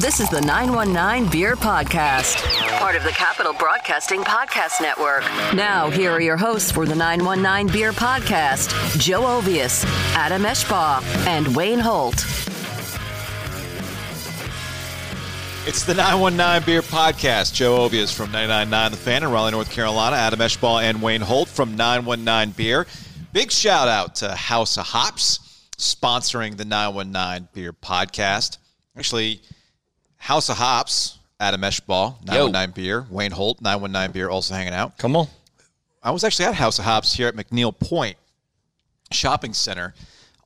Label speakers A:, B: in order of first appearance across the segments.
A: This is the 919 Beer Podcast, part of the Capital Broadcasting Podcast Network. Now, here are your hosts for the 919 Beer Podcast Joe Ovius, Adam Eshbaugh, and Wayne Holt.
B: It's the 919 Beer Podcast. Joe Obias from 999 The Fan in Raleigh, North Carolina. Adam Eschball and Wayne Holt from 919 Beer. Big shout out to House of Hops sponsoring the 919 Beer Podcast. Actually, House of Hops, Adam Eschball, 919 Beer, Wayne Holt, 919 Beer also hanging out.
C: Come on.
B: I was actually at House of Hops here at McNeil Point Shopping Center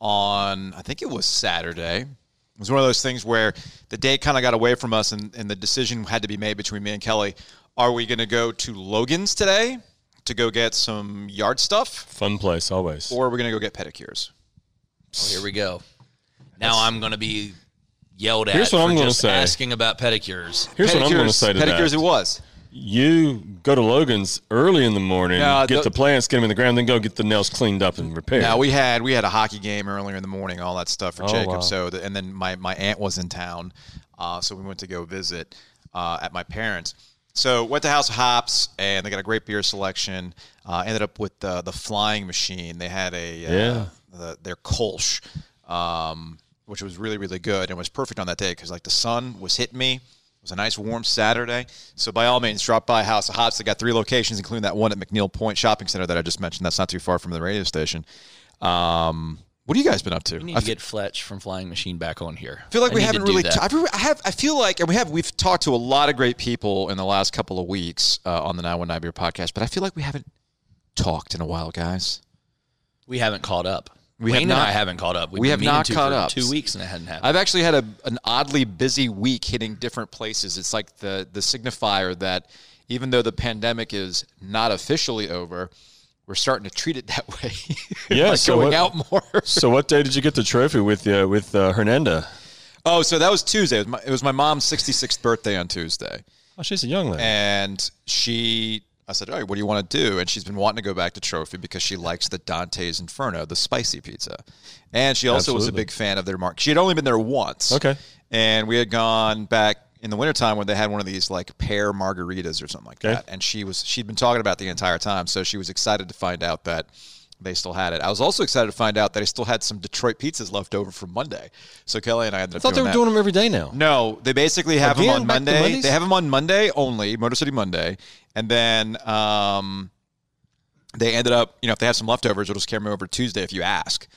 B: on, I think it was Saturday. It was one of those things where the day kind of got away from us and, and the decision had to be made between me and Kelly. Are we going to go to Logan's today to go get some yard stuff
C: Fun place, always.
B: or are we going to go get pedicures?
D: Oh, here we go. Now I'm going to be yelled at
C: Here's what
D: for
C: I'm gonna
D: just
C: say.
D: asking about pedicures.
C: Here's what I'm going
B: Pedicures-
C: to say to
B: Pedicures
C: that.
B: it was.
C: You go to Logan's early in the morning,
B: No,
C: get
B: the-
C: the, plants, get them in the ground, then go get the nails cleaned up and repaired.
B: Now we had we had a hockey game earlier in the morning, all that stuff for Jacob.
C: Oh, wow.
B: So the, and then my my aunt was in town, uh, so we went to go visit uh, at my parents. So went to House of Hops, and they got a great beer selection. Uh, ended up with the the Flying Machine. They had a uh,
C: Yeah.
B: the, their Kolsch, um, which was really really good and was perfect on that day because like the sun was hitting me. It was a nice warm Saturday. So by all means, drop by House of Hops. They got three locations, including that one at McNeil Point Shopping Center that I just mentioned. That's not too far from the radio station. Um, what have you guys been up to?
D: We need
B: I
D: to get Fletch from Flying Machine back on here.
B: feel like
D: I
B: we
D: need to
B: haven't
D: do
B: really.
D: that.
B: T- I've re- I have. I feel like, and we have. We've talked to a lot of great people in the last couple of weeks uh, on the Nine One Nine Beer Podcast, but I feel like we haven't talked in a while, guys.
D: we haven't caught up.
B: We have
D: Wayne and
B: not-
D: I haven't caught up. We've
B: we
D: been
B: have
D: meaning
B: not
D: to
B: caught
D: for
B: up.
D: Two weeks and it hadn't happened.
B: I've actually had a, an oddly busy week hitting different places. It's like the the signifier that even though the pandemic is not officially over, we're starting to treat it that way.
C: Yeah,
B: like
C: so
B: going
C: what-
B: out more.
C: so what day did you get the trophy with uh, with uh, Hernanda?
B: Oh, so that was Tuesday. It was my, it was my mom's 66th birthday on Tuesday.
C: Oh, she's a young lady.
B: And she, I said, all right, what do you want to do? And she's been wanting to go back to Trophy because she likes the Dante's Inferno, the spicy pizza. And she also was a
C: Absolutely.
B: big fan of their mark. She had only been there once.
C: Okay.
B: And we had gone back in the wintertime when they had one of these like pear margaritas or something like
C: Okay.
B: that. And she was, she'd been talking about it the entire time. So she was excited to find out that. They still had it. I was also excited to find out that I still had some Detroit pizzas left over from Monday. So Kelly and I ended
C: I
B: up
C: thought they
B: doing
C: were
B: that.
C: doing them every day now.
B: No, they basically have them
C: Again?
B: on
C: Back to
B: Monday.
C: Mondays?
B: They have them on Monday only, Motor City Monday, and then um, they ended up. You know, if they have some leftovers, it'll just carry them over to Tuesday if you ask,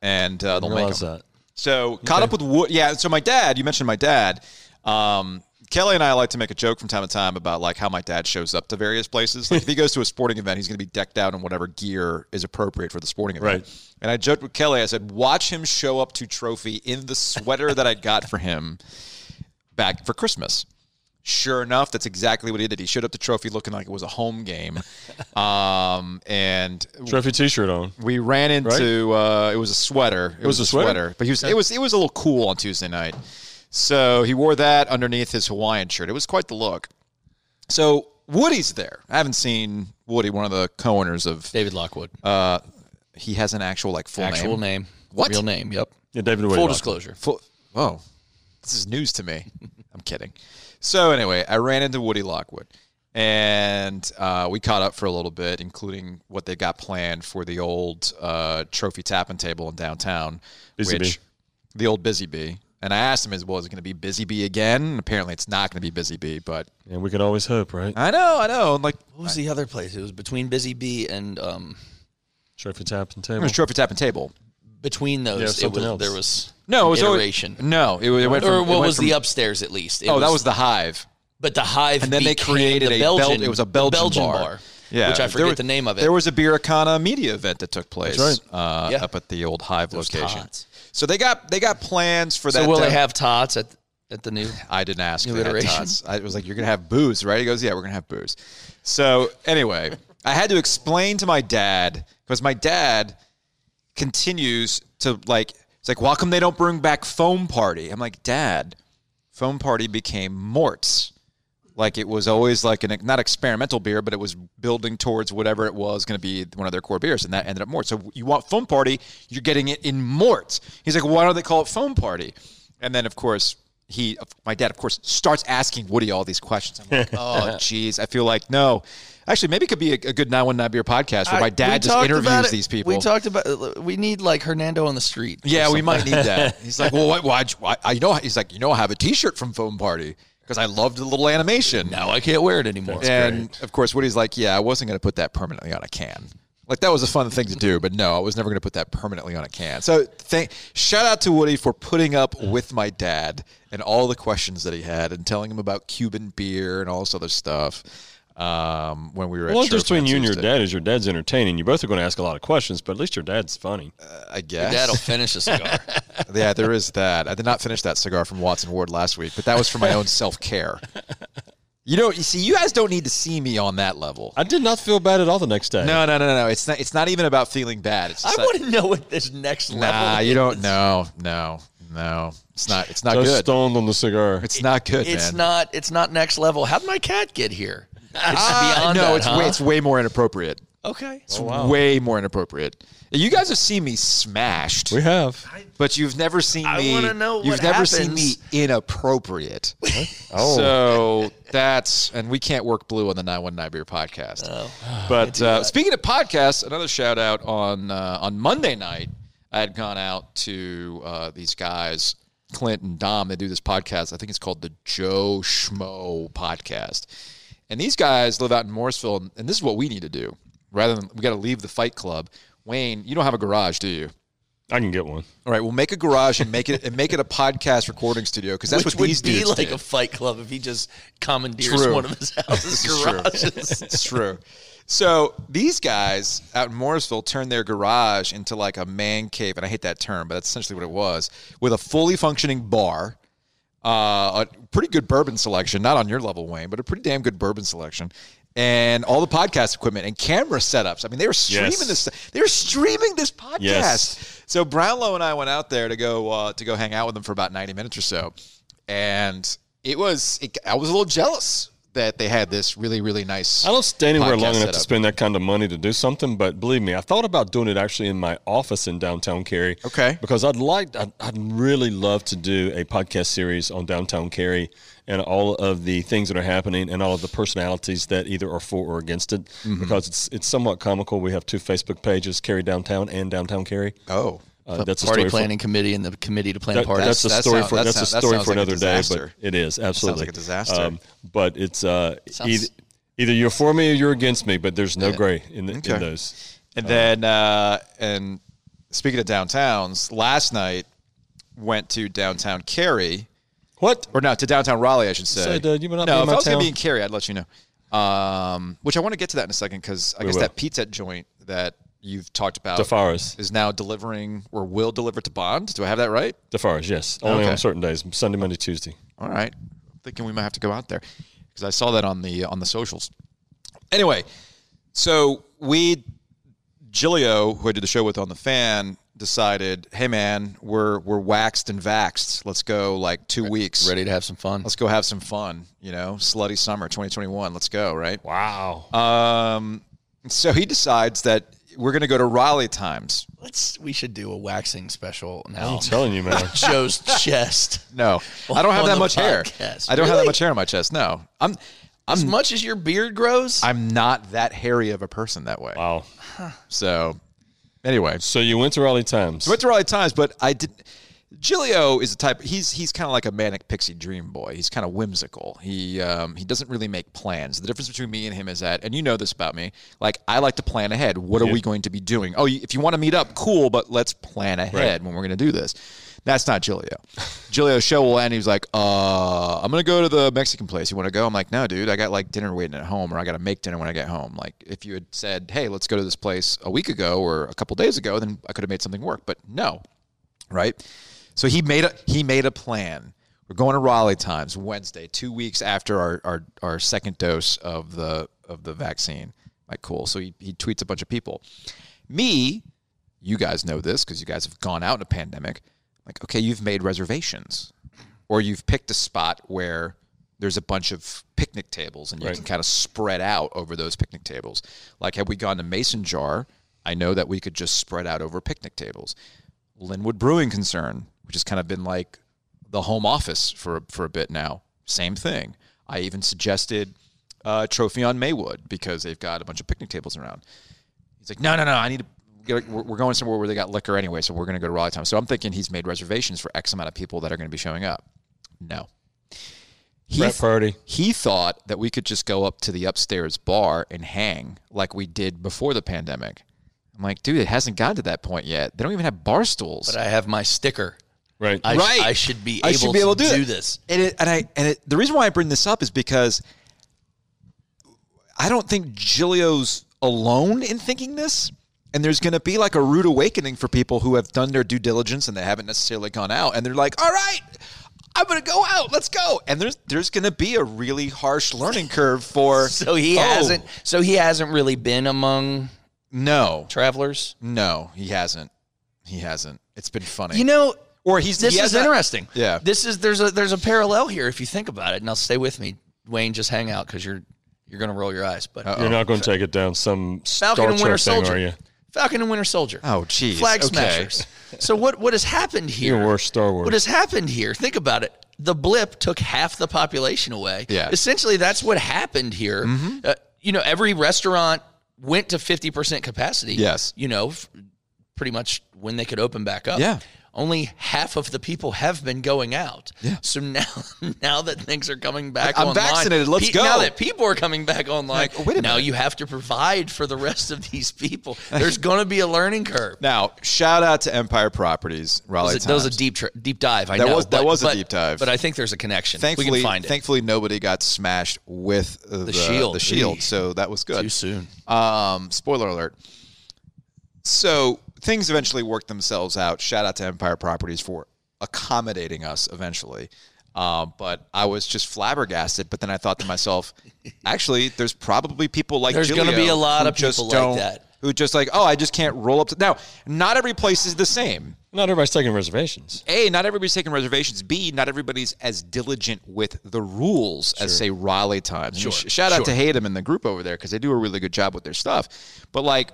B: and uh, they'll
C: I
B: make
C: realize
B: them.
C: that.
B: So caught up with wood. Yeah. So my dad, you mentioned my dad. Um, Kelly and I like to make a joke from time to time about like how my dad shows up to various places. Like if he goes to a sporting event, he's going to be decked out in whatever gear is appropriate for the sporting event.
C: Right.
B: And I joked with Kelly. I said, "Watch him show up to trophy in the sweater that I got for him back for Christmas." Sure enough, that's exactly what he did. He showed up to trophy looking like it was a home game, um, and
C: Trophy T-shirt on.
B: we ran into uh, it was a sweater. It,
C: was a sweater?
B: but he was it was it was a little cool on Tuesday night. So he wore that underneath his Hawaiian shirt. It was quite the look. So Woody's there. I haven't seen Woody, one of the co-owners of.
D: David Lockwood.
B: He has an actual like full
D: Actual
B: Uh, name.
D: name.
B: What?
D: Real name. Yep.
C: Yeah, David Woody.
D: Full
C: Lock.
D: disclosure.
B: Full, oh, this is news to me. I'm kidding. So anyway, I ran into Woody Lockwood, and uh, we caught up for a little bit, including what they got planned for the old uh, trophy tapping table in downtown,
C: Busy
B: which
C: Bee.
B: the old Busy Bee. And I asked him, "Is well, is it going to be Busy Bee again?" Apparently, it's not going to be Busy Bee, but
C: And we could always hope, right?
B: I know, I know. Like
D: What was the other place? It was between Busy Bee and um,
C: Trophy tap and table.
B: it was trophy tapping table.
D: between those.
C: Yeah,
D: it
C: something
D: was,
C: else.
D: There was
B: No, it was always-
D: iteration.
B: no, it, it went from,
D: or
B: it
D: what
B: went
D: was
B: from-
D: the upstairs at least? It
B: Oh, that was the Hive.
D: But the hive,
B: and then they
D: became
B: created
D: the
B: a
D: Belgian.
B: Bel- it was a
D: the
B: Belgian,
D: bar,
B: Yeah,
D: which I
B: There
D: forget
B: was-
D: the name of it.
B: There was a Biracana media event that took place
C: That's
B: uh,
D: Yeah.
B: up at the old Hive location.
D: tots.
B: So they got they got plans for that.
D: so will
B: uh,
D: they have tots at at the new?
B: I didn't ask.
D: New
B: if they had
D: iteration.
B: tots. I was like, "You're gonna have booze, right?" He goes, "Yeah, we're gonna have booze." So anyway, I had to explain to my dad because my dad continues to like. It's like, "Why come they don't bring back foam party?" I'm like, "Dad, foam party became Mort's." Like it was always like an not experimental beer, but it was building towards whatever it was going to be one of their core beers, and that ended up Mort. So you want foam party, you're getting it in Mort. He's like, why don't they call it foam party? And then of course he, my dad, of course, starts asking Woody all these questions. I'm like, oh, geez, I feel like no. Actually, maybe it could be a, a good 919 beer podcast where my
E: I- we
B: dad just
E: talked about
B: interviews
E: it.
B: these people.
E: We talked about we need like Hernando on the street. or
B: yeah, we
E: something.
B: might need that. He's like, well, why, why, why, I know, he's like, you know, I have a T-shirt from Foam Party because I loved the little animation.
E: Now I can't wear it anymore.
B: and of course, Woody's like, yeah, I wasn't going to put that permanently on a can. Like that was a fun thing to do, but no, I was never going to put that permanently on a can. So, thank shout out to Woody for putting up with my dad and all the questions that he had, and telling him about Cuban beer and all this other stuff. Um, when we were at
C: Well, it's
B: Sure
C: just between you and your
B: Foods Tuesday.
C: dad is your dad's entertaining. You both are going to ask a lot of questions, but at least your dad's funny.
B: I
D: Dad'll
B: guess.
D: finish a cigar.
B: yeah, there is that. I did not finish that cigar from Watson Ward last week, but that was for my own self care. You know, you see, you guys don't need to see me on that level.
C: I did not feel bad at all the next day.
B: No, no, no, no. It's not. It's not even about feeling bad. It's
E: I
B: just like-
E: want to know what this next level.
B: Nah,
E: is.
B: you don't. No, no, no. It's not. It's not
C: I was
B: good.
C: stoned on the cigar.
B: It's not good,
E: It's
B: man.
E: not. It's not next level. How did my cat get here? It's
B: Ah,
E: beyond
B: no,
E: that,
B: it's
E: huh? Oh,
B: way. It's way more inappropriate.
E: okay.
B: It's way more inappropriate. You guys have seen me smashed,
C: we have.
B: but you've never seen
E: I
B: me.
E: wanna know
B: you've
E: what
B: never seen me
E: happens.
B: inappropriate.
C: Oh.
B: So that's and we can't work blue on the 919 beer podcast. but uh, speaking of podcasts, another shout out on uh, on Monday night. I had gone out to uh, these guys, Clint and Dom. They do this podcast. I think it's called the Joe Schmo Podcast. And these guys live out in Morrisville, and, and this is what we need to do. Rather than we got to leave the Fight Club. Wayne, you don't have a garage, do you?
C: I can get one.
B: All right, we'll make a garage and make it and make it a podcast recording studio because that's
E: Which
B: what
E: would
B: these
E: be
B: dudes
E: like
B: did.
E: a Fight Club if he just commandeers
B: True.
E: one of his house's
B: is true.
E: garages.
B: It's true. So these guys out in Morrisville turned their garage into like a man cave, and I hate that term, but that's essentially what it was, with a fully functioning bar, uh, a pretty good bourbon selection, not on your level, Wayne, but a pretty damn good bourbon selection, and all the podcast equipment and camera setups. I mean, they were streaming
C: Yes.
B: this. They were streaming this podcast.
C: Yes.
B: So Brownlow and I went out there to go uh, to go hang out with them for about ninety minutes or so, and it was it, I was a little jealous that they had this really really nice.
C: I don't stay anywhere
B: podcast
C: long enough to
B: setup.
C: spend that kind of money to do something, but believe me, I thought about doing it actually in my office in downtown Cary.
B: Okay.
C: Because I'd like, I'd, I'd really love to do a podcast series on downtown Cary and all of the things that are happening and all of the personalities that either are for or against it. Because it's it's somewhat comical. We have two Facebook pages, Cary Downtown and Downtown Cary.
B: Oh,
C: Uh, that's a
E: Party
C: story for-
E: planning committee and the committee to plan
C: that-
E: parties.
C: that's a
B: that
C: story
B: sound-
C: for
B: that
C: that's a
B: sound- that
C: story
B: sounds
C: for
B: like a
C: another day,
B: disaster.
C: but it is absolutely Um,
B: like a disaster.
C: but it's uh,
E: Sounds-
C: either, either you're for me or you're against me, but there's no gray in, the,
B: Okay.
C: in those.
B: and then uh, and speaking of downtowns, last night went to downtown Cary
C: What?
B: or no to downtown Raleigh, I should say.
C: said, uh, you would not
B: no,
C: be in
B: if
C: my
B: I was gonna
C: town.
B: be in Cary, I'd let you know. Um, which I want to get to that in a second because I guess
C: will.
B: that pizza joint that you've talked about
C: DeFaro's.
B: is now delivering or will deliver to Bond. Do I have that right?
C: DeFarge, yes. Only
B: Okay.
C: on certain days, Sunday, Monday, Tuesday.
B: All right, I'm thinking we might have to go out there because I saw that on the on the socials. Anyway, so we Gilio, who I did the show with on the fan, decided, hey man, we're we're waxed and vaxxed. Let's go like two weeks.
E: Ready to have some fun.
B: Let's go have some fun. You know, slutty summer 2021. Let's go. Right.
C: Wow.
E: Uh,
B: Um. So he decides that we're going to go to Raleigh times.
E: Let's. We should do a waxing special
C: I'm
B: Oh.
E: now.
C: telling you, man.
E: Joe's chest.
B: No, I don't have
E: On
B: that
E: the
B: much hair.
E: podcast.
B: I don't have that
E: Really?
B: much hair on my chest. No, I'm
E: As much as your beard grows,
B: I'm not that hairy of a person that way.
C: wow.
B: So, anyway,
C: So you went to Raleigh Times.
B: went to Raleigh Times, but I did. Gilio is a type. He's he's kind of like a manic pixie dream boy. He's kind of whimsical. He um, he doesn't really make plans. The difference between me and him is that, and you know this about me. Like I like to plan ahead. What are we going to be doing? Oh, you- if you want to meet up, cool. But let's plan ahead when we're going to do this. That's not Gilio. Gilio's show will end. He's like, uh, I'm gonna go to the Mexican place. You want to go? I'm like, no, dude. I got like dinner waiting at home, or I got to make dinner when I get home. Like, if you had said, hey, let's go to this place a week ago or a couple days ago, then I could have made something work. But no, right? So he made a he made a plan. We're going to Raleigh Times Wednesday, two weeks after our our, our second dose of the of the vaccine. Like cool. So he, he tweets a bunch of people. Me, you guys know this because you guys have gone out in a pandemic. Like, okay, you've made reservations. Or you've picked a spot where there's a bunch of picnic tables and you
C: Right.
B: can kind of spread out over those picnic tables. Like had we gone to Mason Jar, I know that we could just spread out over picnic tables. Linwood Brewing Concern, which has kind of been like the home office for for a bit now. Same thing. I even suggested uh, Trophy on Maywood because they've got a bunch of picnic tables around. He's like, no, no, no. I need to. Get, we're we're going somewhere where they got liquor anyway, so we're going to go to Raleigh time. So I'm thinking he's made reservations for X amount of people that are going to be showing up. No. He
C: Frat party.
B: He thought that we could just go up to the upstairs bar and hang like we did before the pandemic. I'm like, dude, it hasn't gotten to that point yet. They don't even have bar stools.
E: But I have my sticker.
C: Right.
E: I, sh-
B: Right.
E: I should be able,
B: I should be able
E: to,
B: to do
E: do
B: that.
E: this.
B: And it, and I and it, the reason why I bring this up is because I don't think Gilio's alone in thinking this. And there's going to be like a rude awakening for people who have done their due diligence and they haven't necessarily gone out, and they're like, "All right, I'm going to go out. Let's go." And there's there's going to be a really harsh learning curve for.
E: So he
B: Oh,
E: hasn't. So he hasn't really been among
B: No,
E: travelers.
B: no, he hasn't. He hasn't. It's been funny.
E: You know,
B: or he's
E: this
B: he has
E: is
B: not-
E: interesting.
B: Yeah.
E: This is there's a there's a parallel here if you think about it. Now stay with me, Wayne. Just hang out because you're you're gonna roll your eyes. But
C: You're not going to take it down some
E: Falcon
C: Star
E: and Winter
C: Trek thing,
E: Soldier.
C: are you?
E: Falcon and Winter Soldier.
B: Oh, jeez.
E: Flag
B: Okay.
E: smashers. So what what has happened here?
C: You're worse Star Wars.
E: What has happened here? Think about it. The blip took half the population away.
B: Yeah. Mm-hmm.
E: Essentially, that's what happened here. Uh, you know, every restaurant went to fifty percent capacity.
B: Yes.
E: You know, f- pretty much when they could open back up.
B: Yeah.
E: Only half of the people have been going out.
B: Yeah.
E: So now, now that things are coming back,
B: I'm
E: online,
B: vaccinated, let's
E: pe- Now
B: go.
E: that people are coming back online,
B: Like, wait a
E: now
B: minute.
E: you have to provide for the rest of these people. There's going to be a learning curve.
B: Now, shout out to Empire Properties, Raleigh.
E: That was a, that was a
B: Times.
E: deep tri- deep dive. I
B: That
E: know
B: was- that
E: but-
B: was a
E: but-
B: deep dive.
E: but I think there's a connection.
B: Thankfully,
E: we can find it
B: thankfully nobody got smashed with uh, the,
E: shield.
B: The shield,
E: Eesh.
B: so that was good.
E: too soon.
B: Um, spoiler alert. So things eventually worked themselves out. Shout out to Empire Properties for accommodating us eventually. Um, but I was just flabbergasted. But then I thought to myself, actually, there's probably people like
E: There's gonna
B: Giglio
E: be a lot
B: who
E: of people
B: just
E: like
B: don't-
E: that.
B: who just like, oh, I just can't roll up to now. Not every place is the same.
C: Not everybody's taking reservations.
B: A, not everybody's taking reservations. B, not everybody's as diligent with the rules as say Raleigh Times. Sure. shout out to Hayden and the group over there because they do a really good job with their stuff. But like,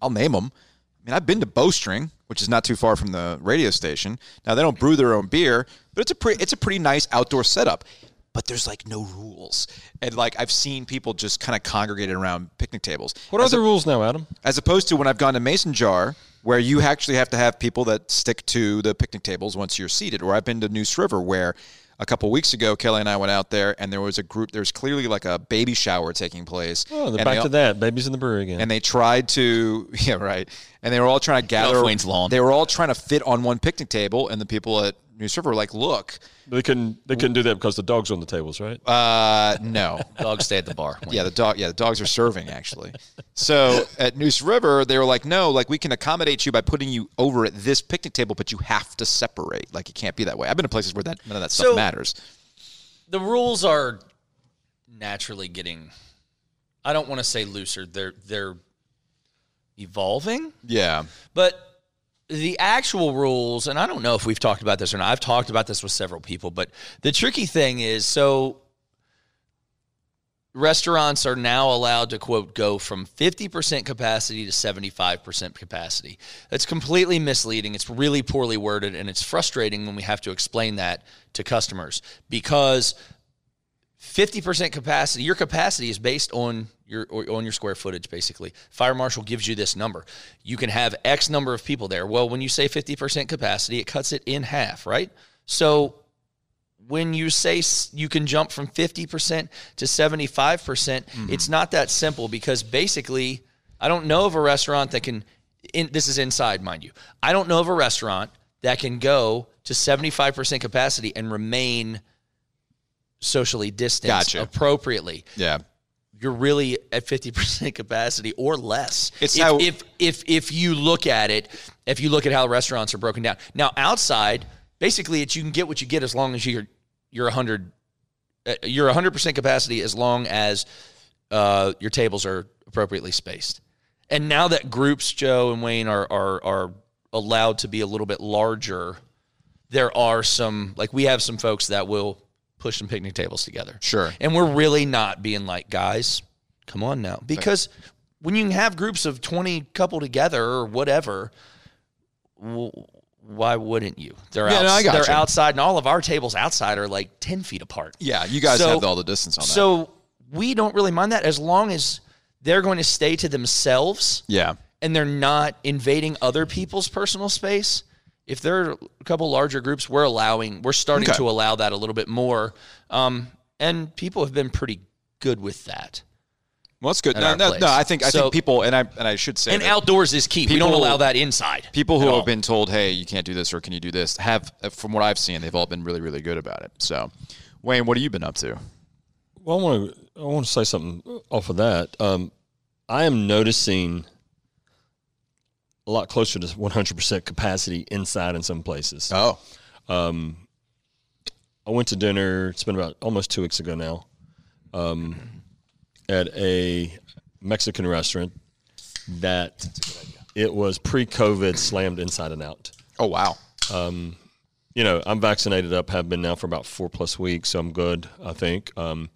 B: I'll name them. I mean, I've been to Bowstring, which is not too far from the radio station. Now they don't brew their own beer, but it's a pretty it's a pretty nice outdoor setup. But there's like no rules, and like I've seen people just kind of congregated around picnic tables.
C: What are the rules now, Adam?
B: As opposed to when I've gone to Mason Jar, where you actually have to have people that stick to the picnic tables once you're seated. Or I've been to Noose River, where a couple weeks ago Kelly and I went out there, and there was a group. There's clearly like a baby shower taking place.
C: Oh,
B: and
C: they're back
B: they all-
C: to that. Babies in the brewery again.
B: And they tried to, yeah, right. And they were all trying to gather.
E: Wayne's lawn.
B: They were all trying to fit on one picnic table, and the people at Noose River were like, "Look,
C: they couldn't. They couldn't do that because the dogs were on the tables, right?
B: uh, no,
E: Dogs stay at the bar.
B: Yeah, the dog. Yeah, the dogs are serving actually. So at Noose River, they were like, "No, like we can accommodate you by putting you over at this picnic table, but you have to separate. Like it can't be that way." I've been to places where that none of that stuff
E: So-
B: matters.
E: the rules are
D: naturally getting I don't want to say looser. They're they're evolving,
B: Yeah,
D: but
E: the actual rules, and I don't know if we've talked about this or not. I've talked about this with several people, but the tricky thing is so restaurants are now allowed to quote go from 50% capacity to 75% capacity. That's completely misleading. It's really poorly worded and it's frustrating when we have to explain that to customers because 50% capacity your capacity is based on your or- on your square footage basically fire marshal gives you this number you can have x number of people there well when you say 50% capacity it cuts it in half right so when you say s- you can jump from 50% to 75% percent it's not that simple because basically i don't know of a restaurant that can in, this is inside mind you i don't know of a restaurant that can go to 75% capacity and remain socially distanced
B: Gotcha.
E: appropriately
B: yeah,
E: you're really at 50% capacity or less.
B: It's
E: if,
B: how-
E: if if if you look at it, if you look at how restaurants are broken down. Now outside, basically it's you can get what you get as long as you're you're 100 uh, you're 100% capacity as long as uh, your tables are appropriately spaced. And now that groups Joe and Wayne are are are allowed to be a little bit larger, there are some like we have some folks that will push some picnic tables together.
B: Sure.
E: And we're really not being like, guys, come on now. Because when you have groups of 20 couple together or whatever, w- why wouldn't you? They're
B: Yeah,
E: out,
B: no, I gotcha.
E: they're outside, and all of our tables outside are like ten feet apart.
B: Yeah, you guys
E: So-
B: have all the distance on that.
E: So we don't really mind that as long as they're going to stay to themselves
B: yeah,
E: and they're not invading other people's personal space. If there are a couple larger groups, we're allowing, we're starting
B: Okay.
E: to allow that a little bit more. Um, and people have been pretty good with that.
B: well, that's good.
E: At
B: No,
E: our
B: no,
E: place.
B: no, I think I
E: So-
B: think people and I and I should say
E: And
B: that
E: outdoors is key. we don't
B: people-
E: allow that inside.
B: people who
E: at all.
B: have been told, "Hey, you can't do this," or "Can you do this?" have, uh, from what I've seen, they've all been really, really good about it. So, Wayne, what have you been up to?
C: Well, I want to I want to say something off of that. Um, I am noticing a lot closer to 100% capacity inside in some places.
B: Oh,
C: I went to dinner. It's been about almost two weeks ago now, um, at a Mexican restaurant that it was pre-COVID slammed inside and out.
B: oh, wow.
C: You know, I'm vaccinated up, have been now for about four plus weeks, so I'm good, I think. Um,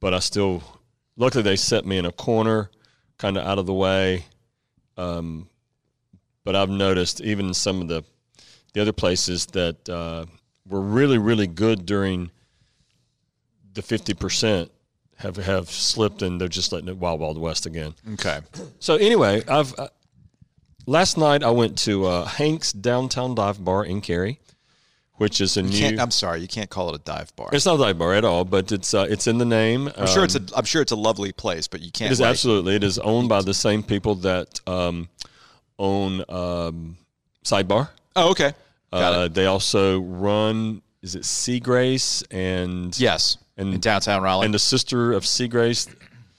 C: but I still, luckily, they set me in a corner, kind of out of the way. Um, but I've noticed even some of the the other places that uh, were really, really good during the fifty percent have have slipped, and they're just letting it wild, wild west again.
B: Okay,
C: So anyway, I've uh, last night I went to uh, Hank's Downtown Dive Bar in Cary, which is a
B: you
C: new.
B: can't, I'm sorry, you can't call it a dive bar.
C: it's not a dive bar at all, but it's uh, it's in the name. Uh,
B: I'm sure it's a, I'm sure it's a lovely place, but you can't.
C: It is
B: like-
C: absolutely. It is owned by the same people that um, own um, Sidebar.
B: Oh, okay. Got
C: Uh,
B: it.
C: they also run. Is it Sea Grace and
B: Yes,
C: and-
B: in downtown Raleigh.
C: and the sister of Sea Grace.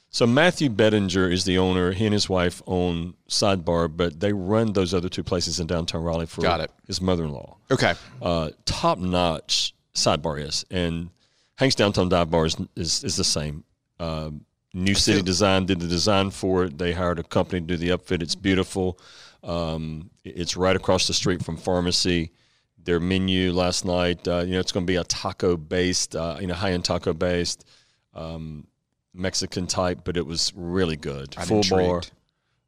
C: So Matthew Bettinger is the owner. He and his wife own Sidebar, but they run those other two places in downtown Raleigh for
B: Got it.
C: his mother-in-law.
B: okay,
C: Uh, top notch Sidebar is, and Hank's Downtown Dive Bar is is, is the same. Um New City Design did the design for it. They hired a company to do the upfit. It's beautiful. Um, it- it's right across the street from Pharmacy. Their menu last night, uh, you know, it's going to be a taco based, uh, you know, high end taco based. Mexican type, but it was really good.
B: I'm
C: Full bar,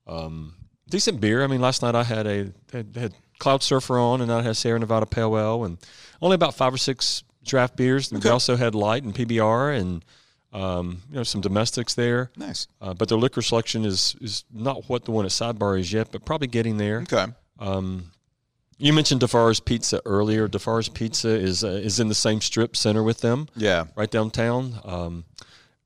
C: um,
B: intrigued.
C: decent beer. I mean, last night I had a had, had Cloud Surfer on, and I had Sierra Nevada Pale Ale, and only about five or six draft beers. We also had light and PBR, and um, you know some domestics there.
B: nice.
C: Uh, but their liquor selection is is not what the one at Sidebar is yet, but probably getting there.
B: Okay,
C: You mentioned DeFar's Pizza earlier. DeFar's Pizza is uh, is in the same strip center with them
B: yeah.
C: right downtown, um,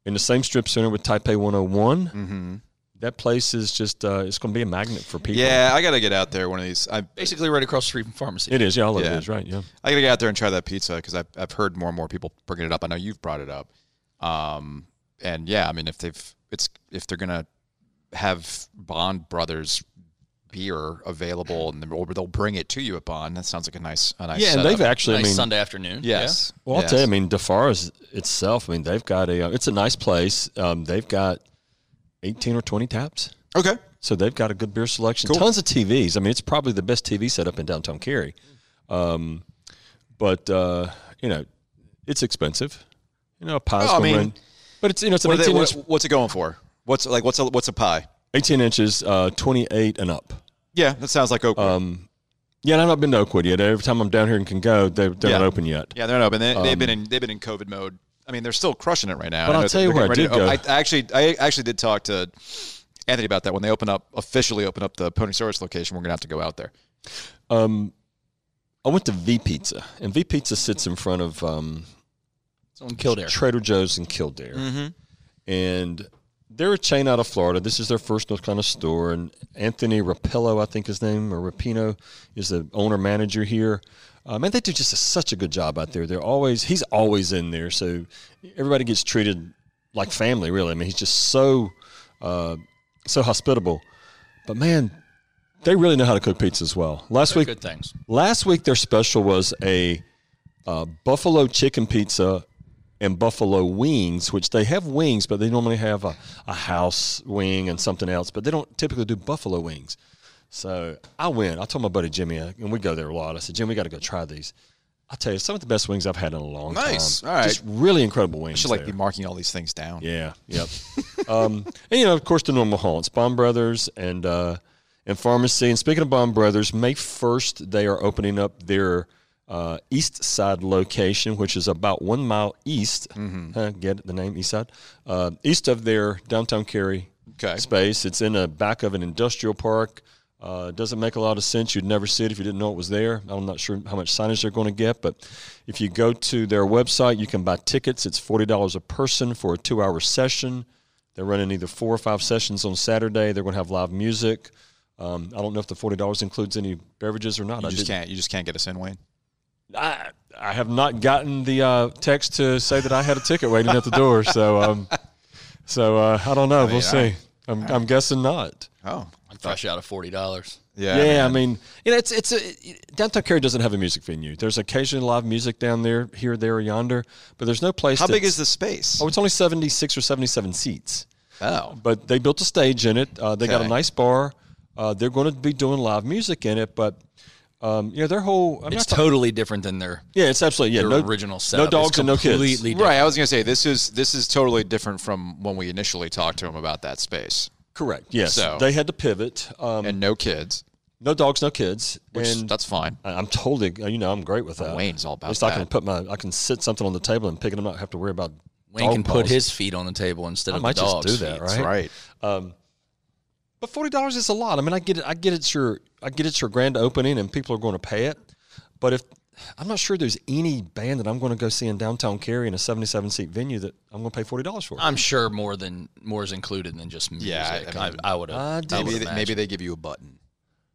C: in the same strip center with Taipei 101. That place is just uh, it's going to be a magnet for people.
B: Mm-hmm. Yeah, I gotta get out there one of these. I
E: Basically, right across the street from pharmacy.
C: it is. Yeah, all of
B: Yeah.
C: it is right. Yeah,
B: I gotta get out there and try that pizza because I've, I've heard more and more people bringing it up. I know you've brought it up, um, and yeah, I mean if they've it's if they're gonna have Bond Brothers beer available and they'll, they'll bring it to you at Bond. That sounds like a nice a nice
C: yeah, and
B: setup.
C: they've actually.
E: nice
C: I mean,
E: Sunday afternoon.
B: yes.
C: well, I'll
B: yes.
C: tell you. I mean, DeFar's itself. I mean, they've got a. Uh, it's a nice place. Um, they've got eighteen or twenty taps,
B: okay,
C: so they've got a good beer selection. Tons of TVs. I mean, it's probably the best TV setup in downtown Cary. Um, but uh, you know, it's expensive. You know, a pie's
B: Well, I
C: gonna
B: mean,
C: run- but it's you know, it's an
B: what are they,
C: eighteen
B: what,
C: inch
B: what's it going for? What's like what's a what's a pie?
C: 18 inches, uh, 28 and up.
B: Yeah, that sounds like Oakwood.
C: Yeah, and I've not been to Oakwood yet. Every time I'm down here and can go, they're, they're
B: Yeah.
C: not open yet.
B: yeah, they're not open. They, they've been in they've been in COVID mode. I mean, they're still crushing it right now.
C: But
B: I
C: I'll
B: know
C: tell you
B: they're
C: where I
B: getting
C: did
B: ready to- I actually I actually did talk to Anthony about that when they open up officially open up the Pony Service location. We're gonna have to go out there.
C: I went to V Pizza, and V Pizza sits in front of um,
E: It's on Kildare.
C: Trader Joe's in Kildare. And they're a chain out of Florida. This is their first North Carolina store. And Anthony Rapello, I think his name, or Rapino, is the owner manager here. Um, and they do just a, such a good job out there. They're always, he's always in there. So everybody gets treated like family, really. I mean, he's just so, uh, so hospitable. But man, they really know how to cook pizza as well. Last week,
E: Good things.
C: Last week, their special was a uh, buffalo chicken pizza and buffalo wings, which they have wings, but they normally have a, a house wing and something else, but they don't typically do buffalo wings. So I went. I told my buddy Jimmy, uh, and we go there a lot. I said, Jimmy, we got to go try these. I tell you, some of the best wings I've had in a long time.
B: Nice. All right.
C: Just really incredible wings.
B: Should like
C: there.
B: be marking all these things down.
C: Yeah. Yep. um, and you know, of course, the normal haunts, Bomb Brothers, and uh, and pharmacy. And speaking of Bond Brothers, May 1st, they are opening up their uh, East Side location, which is about one mile east. Huh, get it, the name East Side? Uh, east of their downtown Cary
B: Okay.
C: space. It's in the back of an industrial park. Uh, doesn't make a lot of sense. You'd never see it if you didn't know it was there. I'm not sure how much signage they're going to get, but if you go to their website, you can buy tickets. It's forty dollars a person for a two-hour session. They're running either four or five sessions on Saturday. They're going to have live music. Um, I don't know if the forty dollars includes any beverages or not.
B: You
C: I
B: just
C: didn't-
B: can't. You just can't get us in, Wayne.
C: I, I have not gotten the uh, text to say that I had a ticket waiting at the door. So, um, so uh, I don't know. we'll see. I'm, I'm guessing not.
B: Oh,
E: I'm fresh out of forty dollars.
B: yeah.
C: Yeah, I mean, you know, it's it's a, downtown Cary doesn't have a music venue. There's occasionally live music down there, here, there, or yonder, but there's no place.
B: How big
C: that's-
B: is the space?
C: Oh, it's only 76 or 77 seats,
B: Oh,
C: but they built a stage in it. Uh, they got a
B: Okay.
C: nice bar. Uh, they're going to be doing live music in it, but um, you know, their whole. I'm
E: It's
C: not talking-
E: totally different than their
C: yeah, it's absolutely yeah.
E: their
C: no
E: original
C: No
E: setup.
C: dogs
E: It's
C: and no kids.
E: completely
B: right. I was gonna say this is this is totally different from when we initially talked to him about that space
C: Correct. Yes,
B: So-
C: they had to pivot. Um,
B: and no kids,
C: no dogs, no kids,
B: which
C: and
B: that's fine.
C: I- I'm totally, uh, you know, I'm great with that.
B: Wayne's all about
C: At least I can
B: that.
C: put my, I can sit something on the table and pick it up, not have to worry about.
E: Wayne
C: dog
E: can put
C: paws.
E: his feet on the table instead
C: I
E: of
C: might
E: the
C: just
E: dog's
C: do that,
E: feet.
C: right? But forty dollars is a lot. I mean, I get it. I get it's your, I get it's your grand opening, and people are going to pay it. But if I'm not sure there's any band that I'm going to go see in downtown Cary in a 77 seat venue that I'm going to pay forty dollars for.
B: Uh,
E: I'm sure more than more is included than just music.
B: Yeah, I- I
E: I,
B: mean,
E: I, would have.
C: I
B: Maybe they, maybe they give you a button.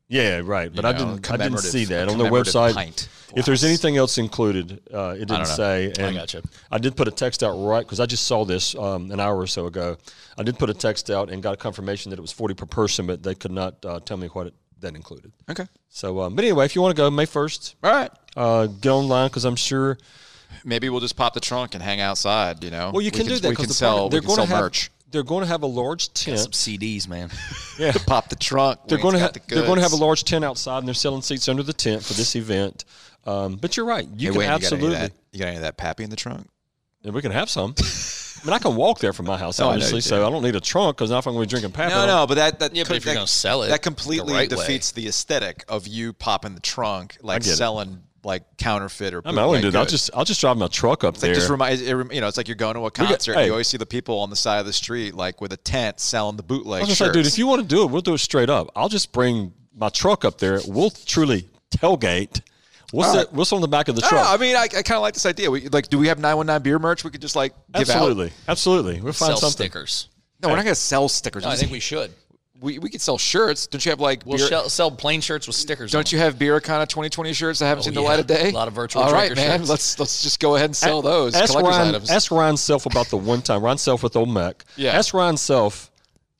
C: yeah, right. But I
B: know,
C: didn't, I didn't
B: commemorative-
C: see that
B: a
C: on their
B: commemorative
C: website.
B: pint
C: If there's
B: glass.
C: anything else included, uh, it didn't say. And
E: gotcha.
C: I did put a text out right because I just saw this um, an hour or so ago. I did put a text out and got a confirmation that it was forty per person, but they could not uh, tell me what it, that included.
B: Okay.
C: So, um, but anyway, if you want to go May first,
B: All right.
C: uh, get online because I'm sure.
B: Maybe we'll just pop the trunk and hang outside. You know.
C: Well, you
B: We
C: can, do that
B: We
C: 'cause
B: can
C: the
B: sell.
C: party- they're
B: We can
C: going
B: sell
C: to have
B: merch.
C: they're going to have a large
E: Some
C: tent.
E: CDs, man.
B: Pop the trunk.
C: They're going to have
B: have.
C: they're going to have a large tent outside, and they're selling seats under the tent for this event. Um, but you're right. You
B: Hey,
C: can
B: Wayne,
C: absolutely.
B: You got, any of that, you got any of that pappy in the trunk?
C: Yeah, we can have some. I mean, I can walk there from my house,
B: No, I know
C: obviously,
B: you
C: so I don't need a trunk because now if I'm going to be drinking pap,
B: No, no, but that that
E: Yeah, but
B: com-
E: if you're
B: that-
E: gonna sell it
B: that completely
E: the right way.
B: defeats the aesthetic of you popping the trunk, like
C: get it.
B: selling like counterfeit or.
C: I mean, I wouldn't do
B: bootleg
C: that. I'll
B: goods.
C: just, I'll just drive my truck up
B: It's
C: there.
B: like just reminds it, rem- you know, it's like you're going to a
C: got-
B: concert.
C: hey.
B: You always see the people on the side of the street, like with a tent, selling the bootleg
C: I was
B: shirts.
C: gonna say, dude, if you want to do it, we'll do it straight up. I'll just bring my truck up there. We'll truly tailgate. We'll sit, we'll sit on the back of the
B: I don't know,
C: truck.
B: I mean, I, I kind of like this idea. We, like, do we have 919 beer merch? We could just like give out.
C: absolutely, absolutely. We'll find
E: Sell
C: something.
E: stickers.
B: No, we're not gonna sell stickers.
E: No, I think we should.
B: we we could sell shirts. Don't you have like
E: We'll
B: beer,
E: shell- sell plain shirts with stickers.
B: Don't you have Beericana 2020 shirts that haven't seen the
E: yeah.
B: light of day?
E: A lot of virtual
B: All right,
E: drinker
B: man.
E: shirts.
B: Let's let's just go ahead and sell those
C: Ask
B: collector's
C: Ryan,
B: items.
C: ask Ryan Self about the one time. Ryan Self with Old Mac.
B: Yeah.
C: Ask Ryan Self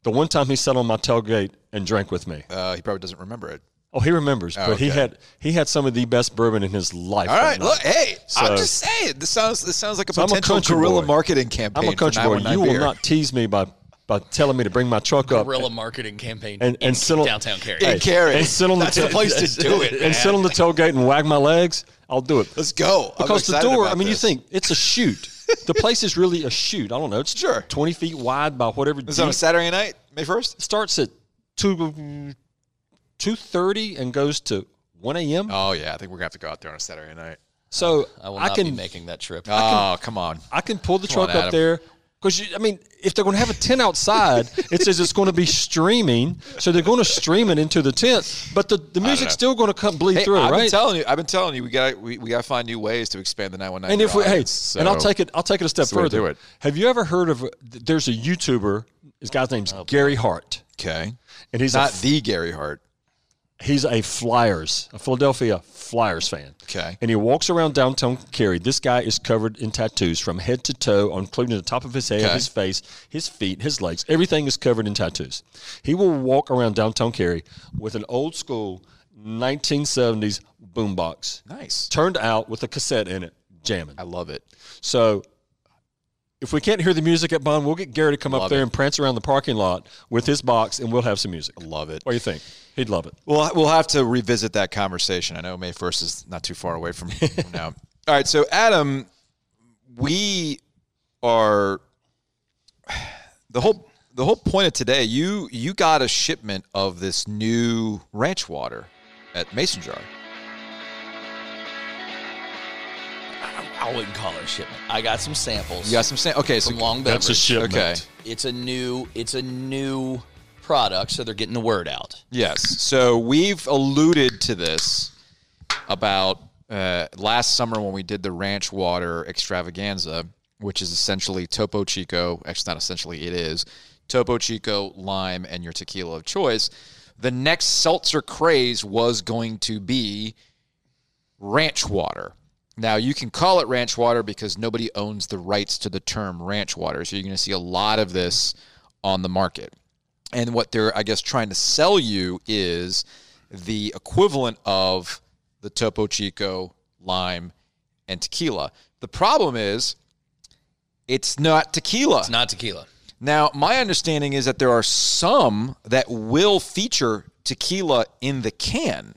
C: the one time he sat on my tailgate and drank with me.
B: uh, he probably doesn't remember it.
C: Oh, he remembers, but he
B: okay.
C: had he had some of the best bourbon in his life.
B: All
C: that
B: right,
C: night.
B: look, hey,
C: So-
B: I'm just saying. This sounds this sounds like a
C: So I'm a
B: potential
C: country
B: guerrilla
C: boy.
B: marketing campaign.
C: I'm a
B: for
C: country boy.
B: 919
C: You will
B: beer.
C: not tease me by by telling me to bring my truck up
E: Guerrilla marketing campaign
C: and
E: in
C: and sit on,
E: downtown Cary.
B: Hey, Cary.
C: and sit on
B: That's
C: the,
B: the place to do it, man.
C: and sit on the tailgate and wag my legs. I'll do it
B: Let's go. I'm
C: because the
B: excited
C: door.
B: about
C: I mean,
B: this.
C: you think it's a shoot. the place is really a shoot. I don't know. It's
B: Sure.
C: twenty feet wide by whatever.
B: this is on a
C: deep-
B: Saturday night, May first?
C: starts at two two thirty and goes to one a.m.
B: Oh yeah, I think we're gonna have to go out there on a Saturday night.
C: so
E: I will
C: I
E: not
C: can
E: be making that trip.
B: Oh come on.
C: I can pull the
B: Come on,
C: truck up
B: Adam.
C: there because I mean, if they're going to have a tent outside, it says it's going to be streaming, so they're going to stream it into the tent. But the, the music's still going to come bleed
B: Hey,
C: through,
B: I've been
C: right?
B: telling you. I've been telling you. We got we, we got to find new ways to expand the 919.
C: and if we, hey,
B: audience, so-
C: and I'll take it, I'll take it a step
B: That's the way to
C: further.
B: do it.
C: Have you ever heard of? There's a YouTuber. His guy's name's Gary Hart,
B: Okay,
C: and he's
B: not
C: a,
B: the Gary Hart.
C: he's a Flyers, a Philadelphia Flyers fan.
B: Okay.
C: And he walks around downtown Cary. This guy is covered in tattoos from head to toe, including the top of his head,
B: Okay.
C: his face, his feet, his legs. Everything is covered in tattoos. He will walk around downtown Cary with an old school 1970s boombox
B: Nice.
C: turned out with a cassette in it, jamming.
B: I love it.
C: So if we can't hear the music at Bond, we'll get Gary to come up
B: Love
C: there
B: it.
C: and prance around the parking lot with his box, and we'll have some music.
B: Love it.
C: What do you think? He'd love it.
B: Well, we'll have to revisit that conversation. I know May 1st is not too far away from from now. All right. So, Adam, we are the whole the whole point of today, you you got a shipment of this new ranch water at Mason Jar.
E: I wouldn't call it a shipment. I got some samples.
B: You got some sand. Okay, so
E: From Long
C: That's a
E: Beverage.
C: shipment.
B: Okay.
E: It's a new. It's a new product, so they're getting the word out.
B: Yes. So we've alluded to this about uh, last summer when we did the ranch water extravaganza, which is essentially Topo Chico. Actually, it's not essentially, it is Topo Chico, lime, and your tequila of choice. The next seltzer craze was going to be ranch water. Now, you can call it ranch water because nobody owns the rights to the term ranch water. So you're going to see a lot of this on the market. And what they're, I guess, trying to sell you is the equivalent of the Topo Chico, lime, and tequila. The problem is it's not tequila.
E: It's not tequila.
B: Now, my understanding is that there are some that will feature tequila in the can.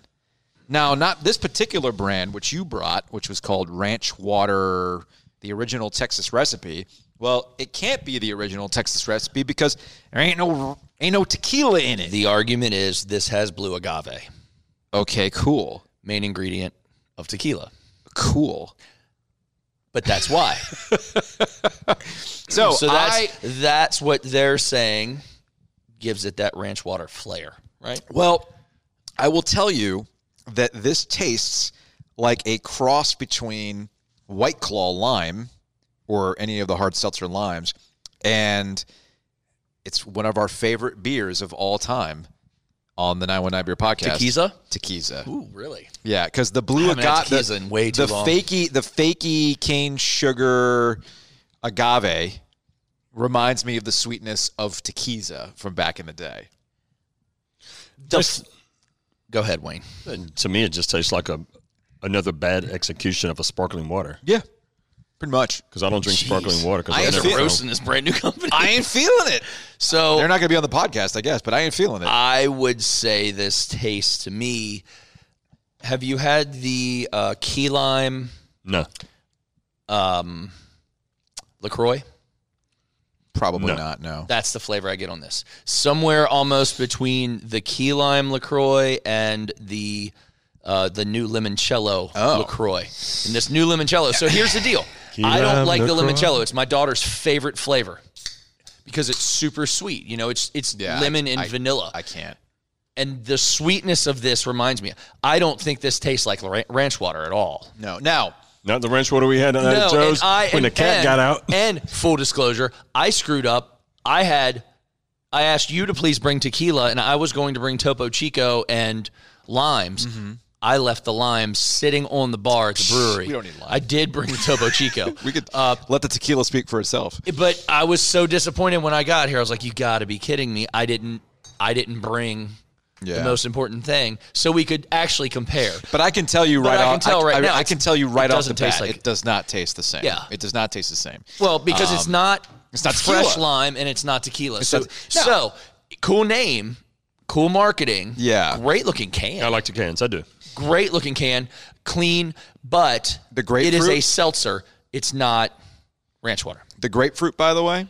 B: Now, not this particular brand, which you brought, which was called Ranch Water, the original Texas recipe. Well, it can't be the original Texas recipe because there ain't no ain't no tequila in it.
E: The argument is this has blue agave,
B: Okay, cool,
E: main ingredient of tequila.
B: cool.
E: But that's why.
B: So,
E: so that's
B: Oh, I
E: that's what they're saying gives it that ranch water flair, right?
B: Well, I will tell you that this tastes like a cross between White Claw lime or any of the hard seltzer limes, and it's one of our favorite beers of all time on the 919 Beer Podcast.
E: Tequila?
B: Tequila.
E: Ooh, really?
B: Yeah, because the blue
E: haven't
B: agave,
E: had tequilas
B: the,
E: in way too
B: the
E: long.
B: fakey, the fakey cane sugar agave reminds me of the sweetness of tequila from back in the day.
C: Just-
E: Go ahead, Wayne.
C: And to me, it just tastes like a another bad execution of a sparkling water
B: Yeah, pretty much.
C: because I don't drink sparkling water because
B: I
C: I
B: ain't
C: never.
B: feel-
E: Roasting this brand new company.
B: I ain't feeling it.
E: so
B: They're not going to be on the podcast, I guess, but I ain't feeling it.
E: I would say this tastes to me. Have you had the uh, key lime
C: no,
E: um, Lacroix?
B: Probably
C: No.
B: not. No.
E: That's the flavor I get on this. Somewhere almost between the key lime Lacroix and the uh, the new limoncello
B: Oh.
E: Lacroix. And this new limoncello. So here's the deal. I
C: lime
E: don't like the
C: LaCroix.
E: limoncello. It's my daughter's favorite flavor because it's super sweet. You know, it's it's
B: Yeah, I-
E: lemon and
B: I-
E: vanilla.
B: I can't.
E: and the sweetness of this reminds me. I don't think this tastes like ra- ranch water at all.
B: No. Now,
C: not the ranch water we had at
E: No, and
C: Joe's
E: I
C: when
E: and,
C: the cat
E: and-
C: got out.
E: And full disclosure, I screwed up. I had I asked you to please bring tequila, and I was going to bring Topo Chico and limes. I left the limes sitting on the bar at the brewery.
B: Mm-hmm. we don't need limes.
E: I did bring the Topo Chico.
B: we could uh, let the tequila speak for itself.
E: but I was so disappointed when I got here. I was like, "You got to be kidding me! I didn't, I didn't bring
B: Yeah.
E: the most important thing, so we could actually compare."
B: But I can tell you
E: But
B: right
E: I can
B: off.
E: tell right
B: I,
E: now,
B: I
E: it's-
B: can tell you right
E: it
B: off the
E: doesn't taste
B: bat,
E: like-
B: it does not taste the same.
E: Yeah.
B: It does not taste the same.
E: Well, because it's not
B: Um, it's not
E: fresh
B: tequila.
E: lime and it's not tequila. so,
B: not- No.
E: so cool name, cool marketing.
B: Yeah.
E: great looking can.
C: I like the cans. I do.
E: Great looking can, clean, but
B: The
E: It is a
B: grapefruit?
E: seltzer. It's not ranch water,
B: The grapefruit, by the way,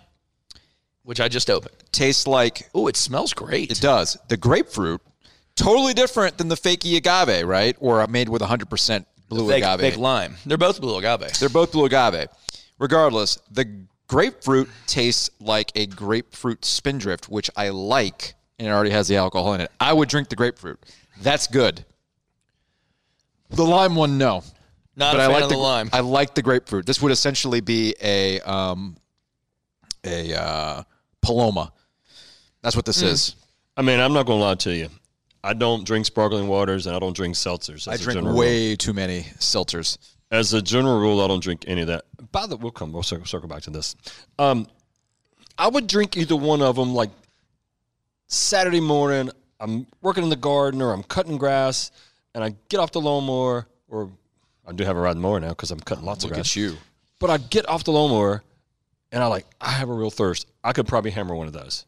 E: which I just opened.
B: tastes like
E: Oh, it smells great.
B: it does. The grapefruit, totally different than the fakey agave, right? Or made with 100% blue
E: Fake,
B: agave.
E: fake lime. They're both blue agave.
B: They're both blue agave. Regardless, the grapefruit tastes like a grapefruit spindrift, which I like, and it already has the alcohol in it. I would drink the grapefruit. That's good. The lime one, no.
E: Not
B: but
E: a
B: I
E: fan
B: like
E: of
B: the,
E: the lime.
B: I like the grapefruit. This would essentially be a um, a uh, paloma. That's what
E: Hmm.
B: this is.
C: I mean, I'm not going to lie to you. I don't drink sparkling waters and I don't drink seltzers. As
B: I drink
C: a general Rule.
B: way too many seltzers.
C: As a general rule, I don't drink any of that. By the we'll come. We'll circle, circle back to this. Um, I would drink either one of them. Like Saturday morning, I'm working in the garden or I'm cutting grass, and I get off the lawnmower or I do have a ride mower now because I'm cutting lots of
B: Look
C: grass.
B: at you.
C: But I get off the lawnmower and I like I have a real thirst. I could probably hammer one of those.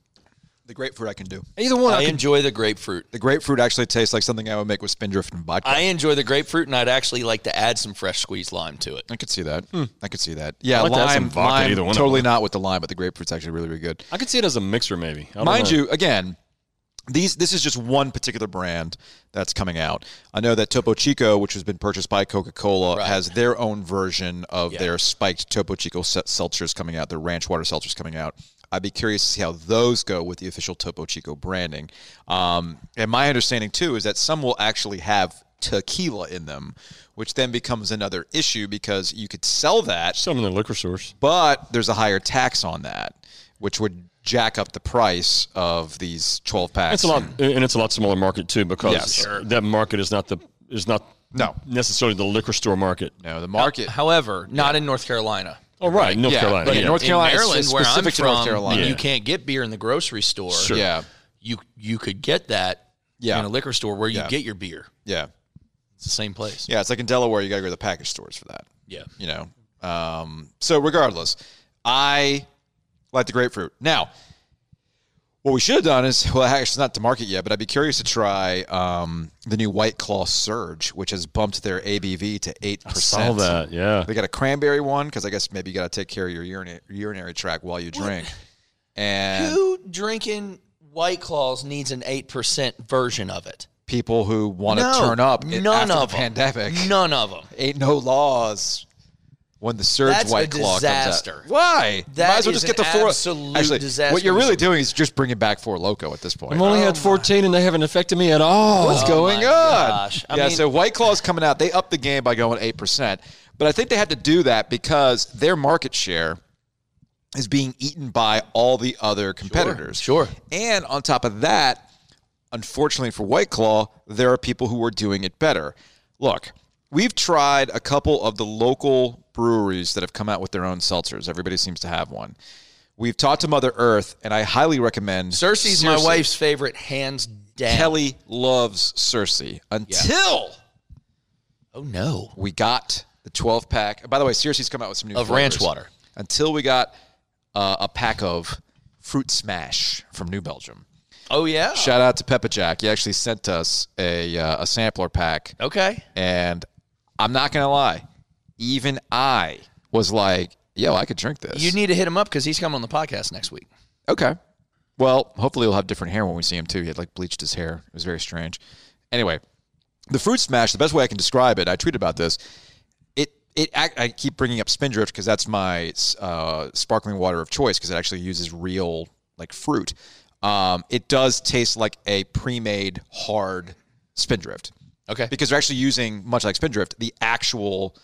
B: The grapefruit I can do.
E: Either one.
D: I enjoy the grapefruit.
B: The grapefruit actually tastes like something I would make with spindrift and vodka.
E: I enjoy the grapefruit, and I'd actually like to add some fresh squeezed lime to it.
B: I could see that. I could see that. Yeah,
C: Hmm. like to add some
B: lime.
C: vodka,
B: lime
C: either one of
B: totally
C: them.
B: not with the lime, but the grapefruit's actually really, really good.
C: I could see it as a mixer, maybe. I don't
B: Mind
C: know.
B: you, again, these this is just one particular brand that's coming out. I know that Topo Chico, which has been purchased by Coca Cola, has their own version of their spiked Topo Chico se- seltzers coming out. Their ranch water seltzers coming out. I'd be curious to see how those go with the official Topo Chico branding. Um, and my understanding too is that some will actually have tequila in them, which then becomes another issue because you could sell that
C: some in the liquor stores.
B: but there's a higher tax on that, which would jack up the price of these 12 packs.
C: It's a lot, and it's a lot smaller market too because
B: Yes. Sure.
C: that market is not the is not
B: No.
C: necessarily the liquor store market.
B: No, the market.
E: However, not in North Carolina.
C: Oh right, North
B: yeah,
C: Carolina.
B: but in
C: yeah.
B: North Carolina,
E: in
B: it's
E: Maryland, where I'm
B: specific to North
E: from,
B: Carolina.
E: you can't get beer in the grocery store.
C: Sure.
B: yeah,
E: You you could get that
B: Yeah.
E: in a liquor store where you
B: Yeah.
E: get your beer.
B: yeah,
E: It's the same place.
B: yeah. It's like in Delaware, you got to go to the package stores for that.
E: Yeah.
B: you know. Um, so regardless, I like the grapefruit. Now, what we should have done is well, actually, it's not to market yet, but I'd be curious to try um, the new White Claw Surge, which has bumped their ABV to eight percent.
C: Saw that, yeah.
B: They got a cranberry one because I guess maybe you got to take care of your urinary, urinary tract while you drink. And
E: Who drinking White Claws needs an eight percent version of it?
B: people who want to turn up i-
E: none
B: after
E: of
B: the
E: 'em.
B: pandemic.
E: None of them.
B: Ain't no laws when the surge
E: That's
B: white
E: a
B: claw
E: disaster.
B: comes out. Why?
E: That
B: Might as well
E: is
B: just get
E: an
B: the four.
E: absolute
B: Actually,
E: disaster.
B: what you're really doing is just bringing back four loco at this point.
C: I've only had 14 and they haven't affected me at all.
B: What's going on?
E: Oh my gosh. I
B: yeah,
E: mean-
B: so White Claw's coming out. They upped the game by going 8%. But I think they had to do that because their market share is being eaten by all the other competitors.
E: sure.
B: And on top of that, unfortunately for White Claw, there are people who are doing it better. Look, we've tried a couple of the local breweries that have come out with their own seltzers. Everybody seems to have one. We've talked to Mother Earth, and I highly recommend
E: Cersei's my
B: Seriously.
E: wife's favorite, hands down.
B: Kelly loves Cersei until
E: Oh no.
B: we got the 12 pack. By the way, Cersei's come out with some new
E: Of
B: flavors.
E: ranch water.
B: Until we got uh, a pack of Fruit Smash from New Belgium.
E: Oh yeah.
B: Shout out to Peppa Jack. He actually sent us a uh, a sampler pack,
E: okay.
B: and I'm not gonna lie, even I was like, "Yo, I could drink this."
E: You need to hit him up because he's coming on the podcast next week.
B: Okay. Well, hopefully he'll have different hair when we see him too. He had like bleached his hair. It was very strange. Anyway, the fruit smash. The best way I can describe it. I tweeted about this. It it. ac- I keep bringing up Spindrift because that's my uh, sparkling water of choice because it actually uses real like fruit. Um, it does taste like a pre-made hard Spindrift.
E: Okay.
B: Because they're actually using much like Spindrift the actual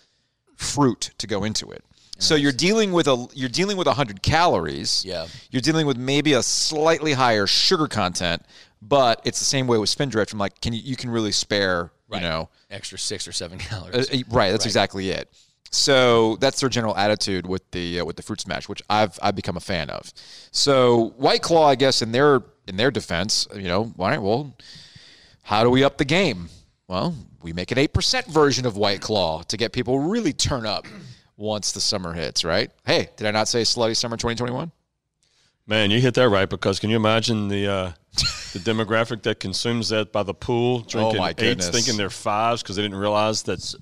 B: fruit to go into it. So you're dealing with a you're dealing with 100 calories.
E: Yeah.
B: You're dealing with maybe a slightly higher sugar content, but it's the same way with Spindrift. I'm like, can you you can really spare, you know,
E: Extra six or seven calories.
B: uh, uh, right? That's exactly it. So that's their general attitude with the uh, with the fruit smash, which I've I've become a fan of. So White Claw, I guess, in their in their defense, you know, all right, well, how do we up the game? Well, we make an eight percent version of White Claw to get people really turn up once the summer hits, right? Hey, did I not say slutty summer 2021?
C: Man, you hit that right because can you imagine the uh, the demographic that consumes that by the pool, drinking
B: Oh, my
C: eights,
B: goodness.
C: thinking they're fives because they didn't realize that's,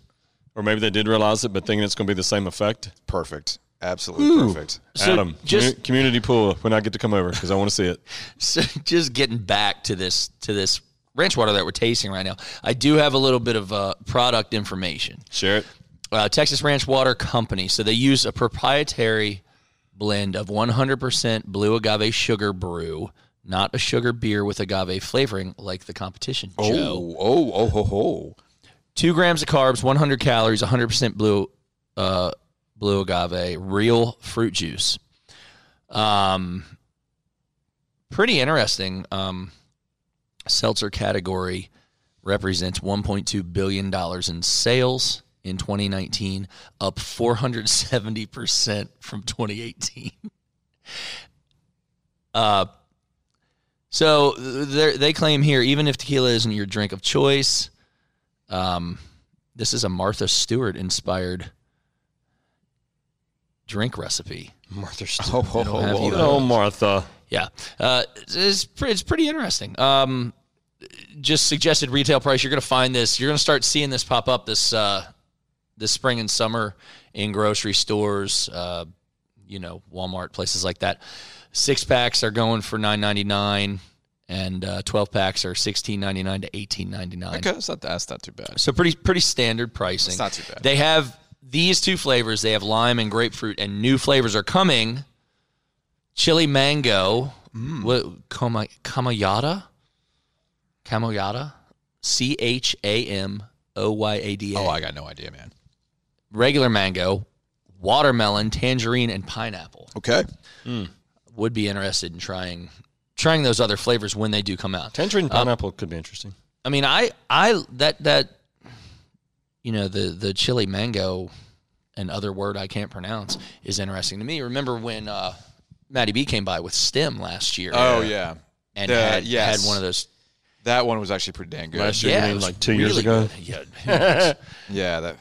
C: or maybe they did realize it, but thinking it's going to be the same effect.
B: Perfect, absolutely perfect.
C: Adam,
E: just-
C: commu- community pool when I get to come over because I want to see it.
E: so just getting back to this to this ranch water that we're tasting right now i do have a little bit of uh, product information
C: Share it.
E: uh, texas ranch water company so they use a proprietary blend of 100% blue agave sugar brew not a sugar beer with agave flavoring like the competition Joe.
B: Oh, oh, oh, ho, ho.
E: two grams of carbs 100 calories 100% blue uh, blue agave real fruit juice um pretty interesting um seltzer category represents 1.2 billion dollars in sales in 2019 up 470% from 2018 uh so they're- they claim here even if tequila isn't your drink of choice um, this is a Martha Stewart inspired drink recipe.
C: Martha
B: ho, ho,
E: don't have
B: ho.
E: you.
C: Oh, Martha.
E: Yeah, uh, it's pre- it's pretty interesting. Um, just suggested retail price. You're going to find this. You're going to start seeing this pop up this uh, this spring and summer in grocery stores. Uh, you know, Walmart places like that. Six packs are going for nine ninety nine, and uh, twelve packs are sixteen ninety nine to eighteen ninety nine.
B: Okay, that's not that's not too bad.
E: So pretty pretty standard pricing.
B: It's not too bad.
E: They have these two flavors. They have lime and grapefruit, and new flavors are coming. Chili mango,
B: Mm.
E: what kama, kamayada, kamayada, C H A M O Y A D
B: Oh,
E: A.
B: I got no idea, man.
E: Regular mango, watermelon, tangerine, and pineapple.
B: Okay,
E: Would be interested in trying trying those other flavors when they do come out.
C: Tangerine pineapple could be interesting.
E: I mean, I I that that you know the the chili mango and other word I can't pronounce is interesting to me. Remember when uh Maddie B came by with stem last year?
B: Oh yeah,
E: and
B: The-
E: had,
B: yes.
E: had one of those.
B: that one was actually pretty dang good.
C: Last year,
E: Yeah,
C: you
E: it
C: mean
E: was
C: like two years
E: really
C: ago?
E: good. Yeah, who knows?
B: Yeah, that.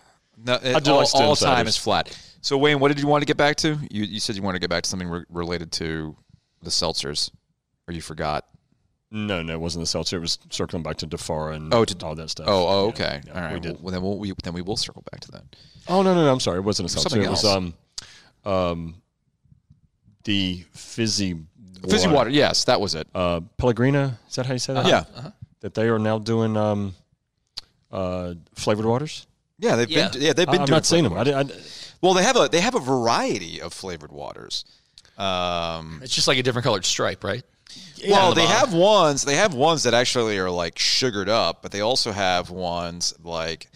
B: No, it,
C: do
B: all,
C: like stem
B: all time
C: ciders.
B: is flat. So Wayne, what did you want to get back to? You you said you wanted to get back to something re- related to the seltzers, or you forgot?
C: No, no, it wasn't the seltzer. It was circling back to Defara and
B: Oh, to-
C: all that stuff.
B: Oh, oh,
C: Yeah,
B: okay,
C: yeah,
B: all right.
C: We did.
B: Well, then we'll, we then we will circle back to that.
C: Oh no, no, no! I'm sorry. It wasn't a seltzer.
B: something
C: it was
B: else.
C: um, um, the fizzy
B: Fizzy water, yes, that was it.
C: uh, Pellegrina. Is that how you say that?
B: Yeah,
C: That they are now doing um, uh, flavored waters.
B: yeah, they've
E: Yeah.
B: been yeah they've been
C: I, I've
B: doing
C: not seen
B: flavored
C: them. I,
B: waters.
C: did- I, did-
B: Well, they have a they have a variety of flavored waters. Um,
E: it's just like a different colored stripe, right?
B: well,
E: the
B: they
C: uh,
E: bottom.
B: have ones. They have ones that actually are like sugared up, but they also have ones like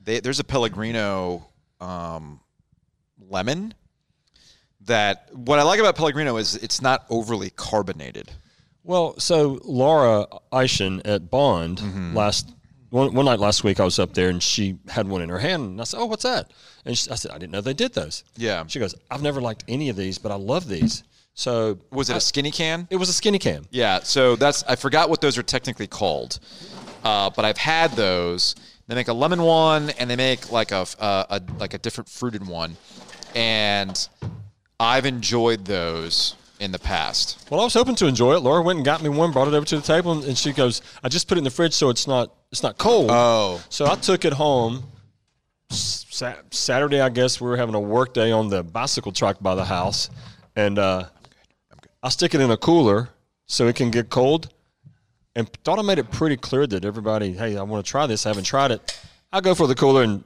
B: they, there's a Pellegrino um, lemon. That what I like about Pellegrino is it's not overly carbonated.
C: Well, so Laura Eishen at Bond
B: Mm-hmm.
C: last one, one night last week, I was up there and she had one in her hand, and I said, "Oh, what's that?" And she, I said, "I didn't know they did those."
B: Yeah.
C: She goes, "I've never liked any of these, but I love these." So
B: Was it a skinny can?
C: it was a skinny can.
B: Yeah. So that's I forgot what those are technically called, uh, but I've had those. They make a lemon one, and they make like a, a, a like a different fruited one, and I've enjoyed those in the past.
C: Well, I was hoping to enjoy it. Laura went and got me one, brought it over to the table, and, and she goes, "I just put it in the fridge so it's not it's not cold."
B: Oh.
C: so I took it home. S- Sa- Saturday, I guess we were having a work day on the bicycle track by the house, and uh, I stick it in a cooler so it can get cold. And thought I made it pretty clear that everybody, hey, I want to try this. I haven't tried it. I go for the cooler, and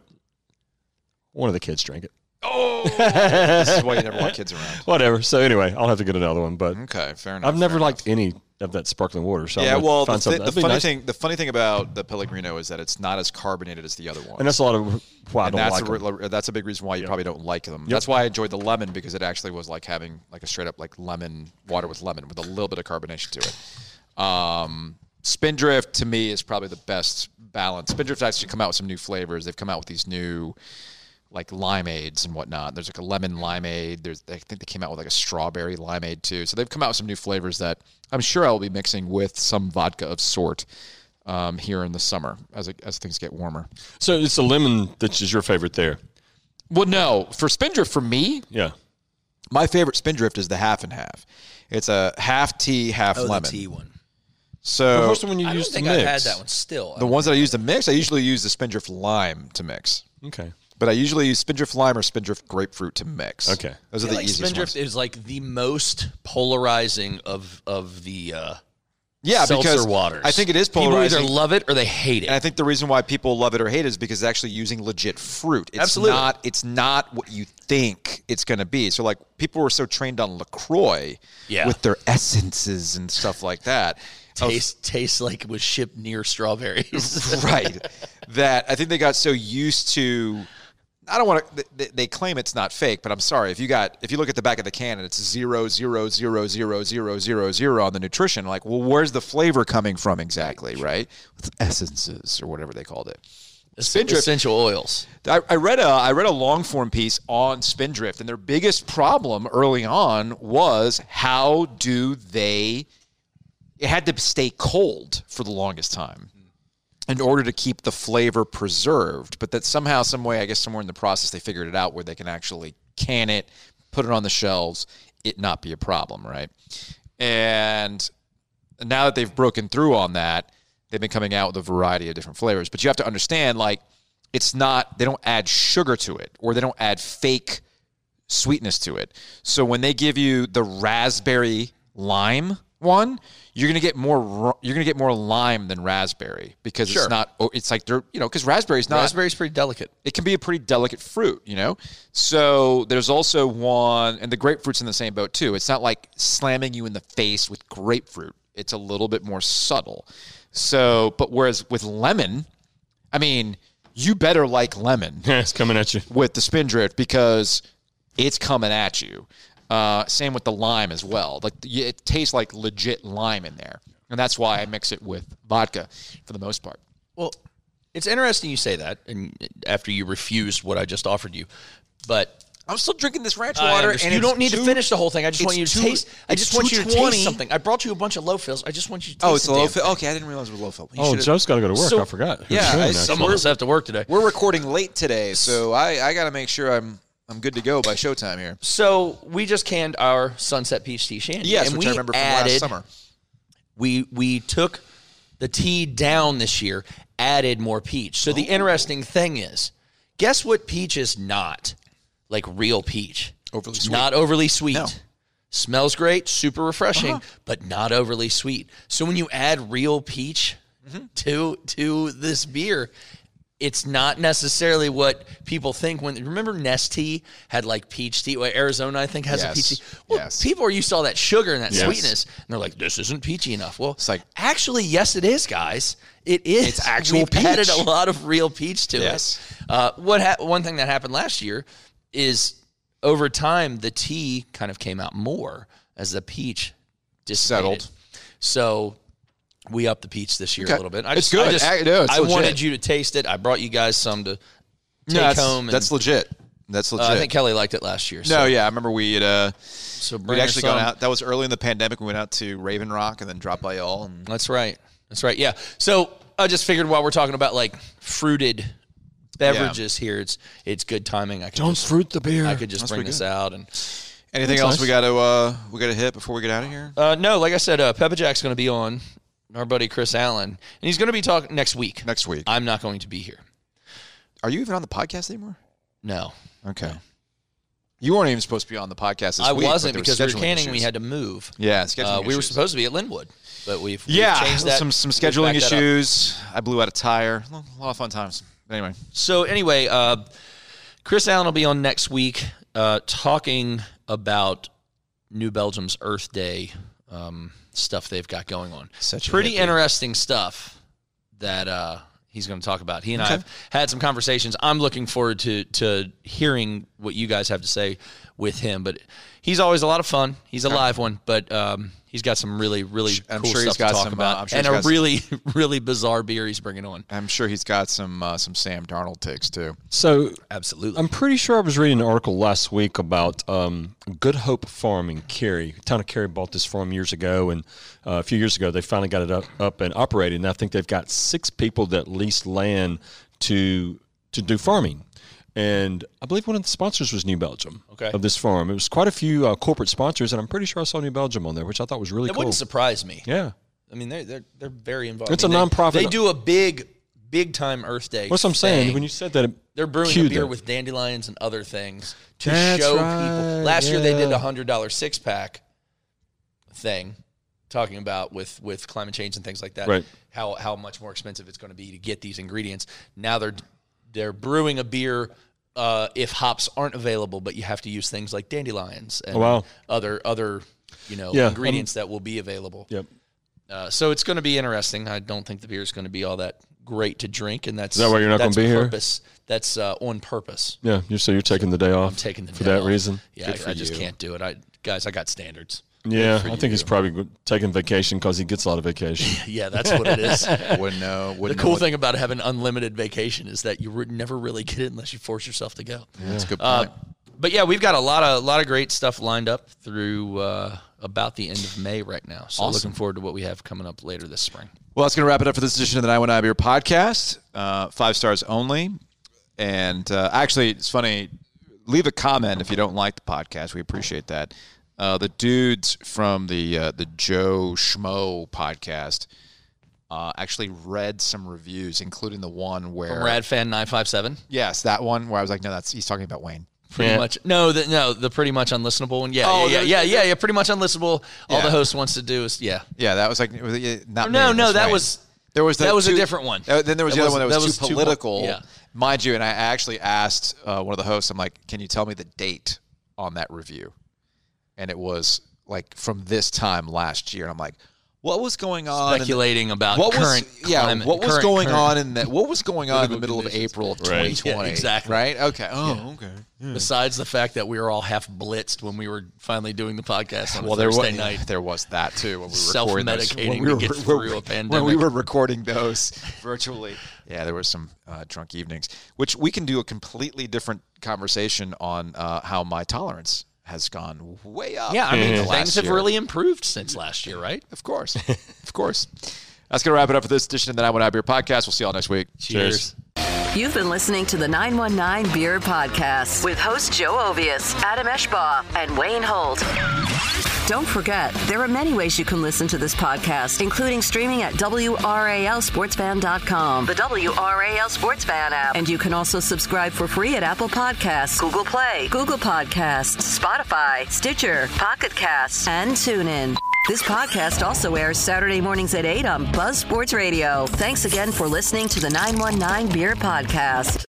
C: one of the kids drank it.
B: This is why you never want kids around.
C: Whatever. So anyway, I'll have to get another one, but.
B: Okay, fair enough.
C: I've never
B: fair
C: liked any of that sparkling water. So I'm
B: enough. Yeah,
C: gonna
B: well, the,
C: find
B: thi-
C: something.
B: the
C: That'd be
B: funny
C: nice.
B: thing the funny thing about the Pellegrino is that it's not as carbonated as the other ones.
C: and that's a lot of why I
B: And
C: don't
B: that's
C: like
B: a,
C: them.
B: re- that's a big reason why you probably don't like them. That's why I enjoyed the lemon because it actually was like having like a straight up like lemon water with lemon with a little bit of carbonation to it. Um, Spindrift to me is probably the best balance. Spindrift's actually come out with some new flavors. They've come out with these new like limeades and whatnot. There's like a lemon limeade. There's I think they came out with like a strawberry limeade too. So they've come out with some new flavors that I'm sure I'll be mixing with some vodka of sort um, here in the summer as it, as things get warmer.
C: So it's the lemon that is your favorite there.
B: Well, no, for Spindrift for me,
C: Yeah.
B: My favorite Spindrift is the half and half. It's a half tea, half lemon.
E: Oh, the tea one.
B: So
C: What's the one you
E: I don't
C: used to
E: think
C: mix?
E: I've had that one still.
B: the ones that I use to mix, I usually use the Spindrift lime to mix.
C: Okay.
B: But I usually use Spindrift lime or Spindrift grapefruit to mix.
C: Okay.
B: Those are
E: I feel
B: the
E: like
B: easiest
E: Spindrift
B: ones.
E: is like the most polarizing of of the uh,
B: Yeah,
E: seltzer
B: because
E: waters.
B: I think it is
E: People either
B: polarizing.
E: love it or they hate it.
B: And I think the reason why people love it or hate it is because it's actually using legit fruit. It's
E: Absolutely.
B: not it's not what you think it's gonna be. So like people were so trained on LaCroix
E: Yeah.
B: with their essences and stuff like that. Of
E: Taste tastes like it was shipped near strawberries.
B: right that i think they got so used to i don't want to they, they claim it's not fake but i'm sorry if you got if you look at the back of the can and it's zero zero zero zero zero zero zero on the nutrition like well where's the flavor coming from exactly right with essences or whatever they called it Spindrift-
E: essential oils.
B: I, I read a I read a long form piece on Spindrift, and their biggest problem early on was how do they? It had to stay cold for the longest time in order to keep the flavor preserved. But that somehow, some way, I guess somewhere in the process, they figured it out where they can actually can it, put it on the shelves, it not be a problem, right? And now that they've broken through on that, they've been coming out with a variety of different flavors. But you have to understand, like, it's not, they don't add sugar to it or they don't add fake sweetness to it. So when they give you the raspberry lime one, you're gonna get more. ru- You're gonna get more lime than raspberry because it's not. oh, It's like they're you know because raspberry's not
E: Raspberry's pretty delicate.
B: it can be a pretty delicate fruit, you know? So there's also one, and the grapefruit's in the same boat too. It's not like slamming you in the face with grapefruit, it's a little bit more subtle. So, but whereas with lemon, I mean, you better like lemon
C: it's coming at you.
B: with the spindrift because it's coming at you. Uh, same with the lime as well. Like y- it tastes like legit lime in there, and that's why I mix it with vodka for the most part.
E: Well, it's interesting you say that, and after you refused what I just offered you, but
B: I'm still drinking this ranch
E: I
B: water, and
E: understand. you
B: it's
E: don't need to
B: too-
E: finish the whole thing. I just want
B: it's
E: you to
B: two-
E: taste. I
B: it's
E: just want you to
B: 220.
E: taste something. I brought you a bunch of low fills. I just want you to taste.
B: Oh, it's a
E: the
B: low
E: damn
B: fill.
E: thing.
B: Okay, I didn't realize it was low fill. You
C: Oh,
B: should've-
C: Joe's got to go to work.
B: So-
C: I forgot.
B: Yeah,
C: Shane,
B: I-
C: actually.
E: Some of us have to work today.
B: We're recording late today, so I, I got to make sure I'm I'm good to go by showtime here.
E: So we just canned our Sunset Peach Tea Shandy.
B: Yes,
E: and
B: which
E: we
B: I remember from
E: added,
B: last summer.
E: We we took the tea down this year, added more peach. So the
B: Oh.
E: interesting thing is, guess what peach is not? Like real peach.
B: Overly
E: It's
B: sweet.
E: Not overly sweet.
B: No. Uh-huh.
E: Smells great, super refreshing, but not overly sweet. So when you add real peach
B: Mm-hmm.
E: to to this beer, it's not necessarily what people think when remember Nestea had like peach tea. Well, Arizona, I think, has a
B: Yes.
E: peach tea. Well,
B: Yes.
E: people are used to all that sugar and that
C: Yes.
E: sweetness, and they're like, "This isn't peachy enough." Well, it's
B: like-
E: actually, yes, it is, guys. It is.
B: It's actual
E: We've added
B: peach.
E: a lot of real peach to
B: Yes.
E: it. Uh, what ha- one thing that happened last year is over time the tea kind of came out more as the peach dissipated.
B: Settled.
E: So we upped the peach this year a
B: Okay.
E: little bit. I
B: It's
E: just,
B: good.
E: I, just-
B: I- no, it's
E: I
B: legit.
E: wanted you to taste it. I brought you guys some to take
B: that's,
E: home. And,
B: that's legit. That's
E: uh,
B: legit.
E: I think Kelly liked it last year.
B: no,
E: so,
B: yeah, I remember we had uh,
E: so
B: we'd
E: bring her
B: actually gone
E: some.
B: out. That was early in the pandemic. We went out to Raven Rock and then dropped by y'all. And
E: That's right. That's right. Yeah. So I just figured while we're talking about like fruited beverages here, it's it's good timing. I could
C: Don't
E: just,
C: fruit the beer.
E: I could just bring
B: pretty
E: this out and
B: anything else we got to uh, we got to hit before we get out of here?
E: uh, no, like I said, uh, Peppa Jack's going to be on our buddy Chris Allen, and he's going to be talking next week.
B: Next week.
E: I'm not going to be here.
B: Are you even on the podcast anymore?
E: No,
B: Okay. You weren't even supposed to be on the podcast this
E: I
B: week. but
E: wasn't
B: there were
E: because we were
B: scheduling
E: canning.
B: issues.
E: We had to move.
B: yeah, scheduling
E: Uh, we were
B: issues.
E: supposed to be at Linwood, but we've, we've
B: yeah
E: changed that.
B: some some
E: We've
B: scheduling
E: backed that up.
B: issues. I blew out a tire. A lot of fun times. Anyway,
E: So anyway, uh, Chris Allen will be on next week uh, talking about New Belgium's Earth Day um, stuff they've got going on.
B: Such a
E: Pretty
B: hippie.
E: interesting stuff that uh, he's going to talk about. He and I have had some conversations. I'm looking forward to to hearing what you guys have to say with him. But he's always a lot of fun. He's a live one, but um, he's got some really really
B: I'm
E: cool
B: sure he's got
E: stuff to talk
B: some, uh,
E: about,
B: I'm sure
E: and
B: he's
E: a
B: got some-
E: really really bizarre beer he's bringing on.
B: I'm sure he's got some uh, some Sam Darnold takes too.
C: So
E: Absolutely.
C: I'm pretty sure I was reading an article last week about um, Good Hope Farm in Cary. Town of Cary bought this farm years ago, and uh, a few years ago they finally got it up, up and operating. And I think they've got six people that lease land to to do farming. And I believe one of the sponsors was New Belgium
E: Okay.
C: of this farm. It was quite a few uh, corporate sponsors, and I'm pretty sure I saw New Belgium on there, which I thought was really
E: That
C: cool.
E: wouldn't surprise me.
C: yeah.
E: I mean, they're they're, they're very involved.
C: It's
E: I mean,
C: a
E: they-
C: nonprofit.
E: They do a big, big time Earth Day.
C: What's I'm saying
E: thing.
C: when you said that it
E: they're brewing a
C: cued
E: beer
C: that.
E: with dandelions and other things to
C: That's
E: show
C: right,
E: people. Last year they did
C: yeah.
E: a hundred dollar six pack thing, talking about with with climate change and things like that.
C: Right.
E: How how much more expensive it's going to be to get these ingredients. Now they're they're brewing a beer. Uh, if hops aren't available, but you have to use things like dandelions and
C: Oh, wow.
E: other other you know
C: Yeah, um,
E: ingredients that will be available.
C: Yep.
E: Uh, so it's going to be interesting. I don't think the beer is going to be all that great to drink, and that's
C: Is that why you're not
E: that's
C: gonna be here?
E: purpose. That's uh, on purpose.
C: Yeah, you're, so you're taking the day off.
E: I'm taking the
C: for
E: day
C: that
E: off.
C: reason.
E: Yeah, I, I just can't do it. I guys, I got standards.
C: Yeah, I think he's probably go- taking vacation because he gets a lot of vacation.
E: Yeah, that's what it is. the
B: Wouldn't know. Wouldn't know
E: cool
B: what-
E: thing about having unlimited vacation is that you would never really get it unless you force yourself to go.
B: That's a good
E: Uh,
B: point.
E: but yeah, we've got a lot of lot of great stuff lined up through uh, about the end of May right now. So looking forward to what we have coming up later this spring.
B: well, that's going to wrap it up for this edition of the 919 Beer Podcast. Uh, five stars only. And uh, actually, it's funny. Leave a comment if you don't like the podcast. We appreciate that. Uh, the dudes from the uh, the Joe Schmo podcast uh, actually read some reviews, including the one where
E: Radfan957.
B: yes, that one where I was like, no, that's he's talking about Wayne.
E: Pretty
C: Yeah.
E: much. No, the, no, the pretty much unlistenable one. Yeah,
B: Oh,
E: yeah, yeah,
B: the-
E: yeah, yeah, yeah, Pretty much unlistenable. All
B: Yeah.
E: the host wants to do is yeah.
B: Yeah, that was like it was, uh, not
E: No,
B: me,
E: no,
B: that's
E: that
B: Wayne.
E: was-
B: there was the
E: that was a
B: two-
E: different one.
B: Uh, then there was
E: That
B: the other one
E: was-
B: that was,
E: that was
B: too
E: too mu-
B: political,
E: yeah.
B: mind you. And I actually asked uh, one of the hosts, I'm like, "Can you tell me the date on that review?" And it was like from this time last year. And I'm like, "What was going on?" in the-
E: Speculating about
B: what
E: current
B: was yeah
E: climate-
B: what was
E: current-
B: going
E: current-
B: on in that what was going on in the middle of April of 2020
E: Yeah, exactly.
B: right okay oh okay
E: Besides the fact that we were all half blitzed when we were finally doing the podcast on a
B: well there
E: Thursday
B: was
E: night.
B: there was that too when we were recording those-
E: Self-medicating
B: when
E: to get through a
B: when we
E: pandemic.
B: were recording those virtually yeah there were some uh, drunk evenings which we can do a completely different conversation on uh, how my tolerance has gone way up
E: yeah, I mean,
B: in the last
E: things have
B: year.
E: really improved since last year, right?
B: of course of course that's gonna wrap it up for this edition of the 919 Beer Podcast we'll see y'all next week
C: Cheers.
A: You've been listening to the 919 Beer Podcast with host Joe Ovius, Adam Eshbaugh, and Wayne Holt. Don't forget, there are many ways you can listen to this podcast, including streaming at WRALSportsFan.com, the WRAL Sports Fan app. And you can also subscribe for free at Apple Podcasts, Google Play, Google Podcasts, Spotify, Stitcher, Pocket Casts, and TuneIn. This podcast also airs Saturday mornings at 8 on Buzz Sports Radio. Thanks again for listening to the 919 Beer Podcast.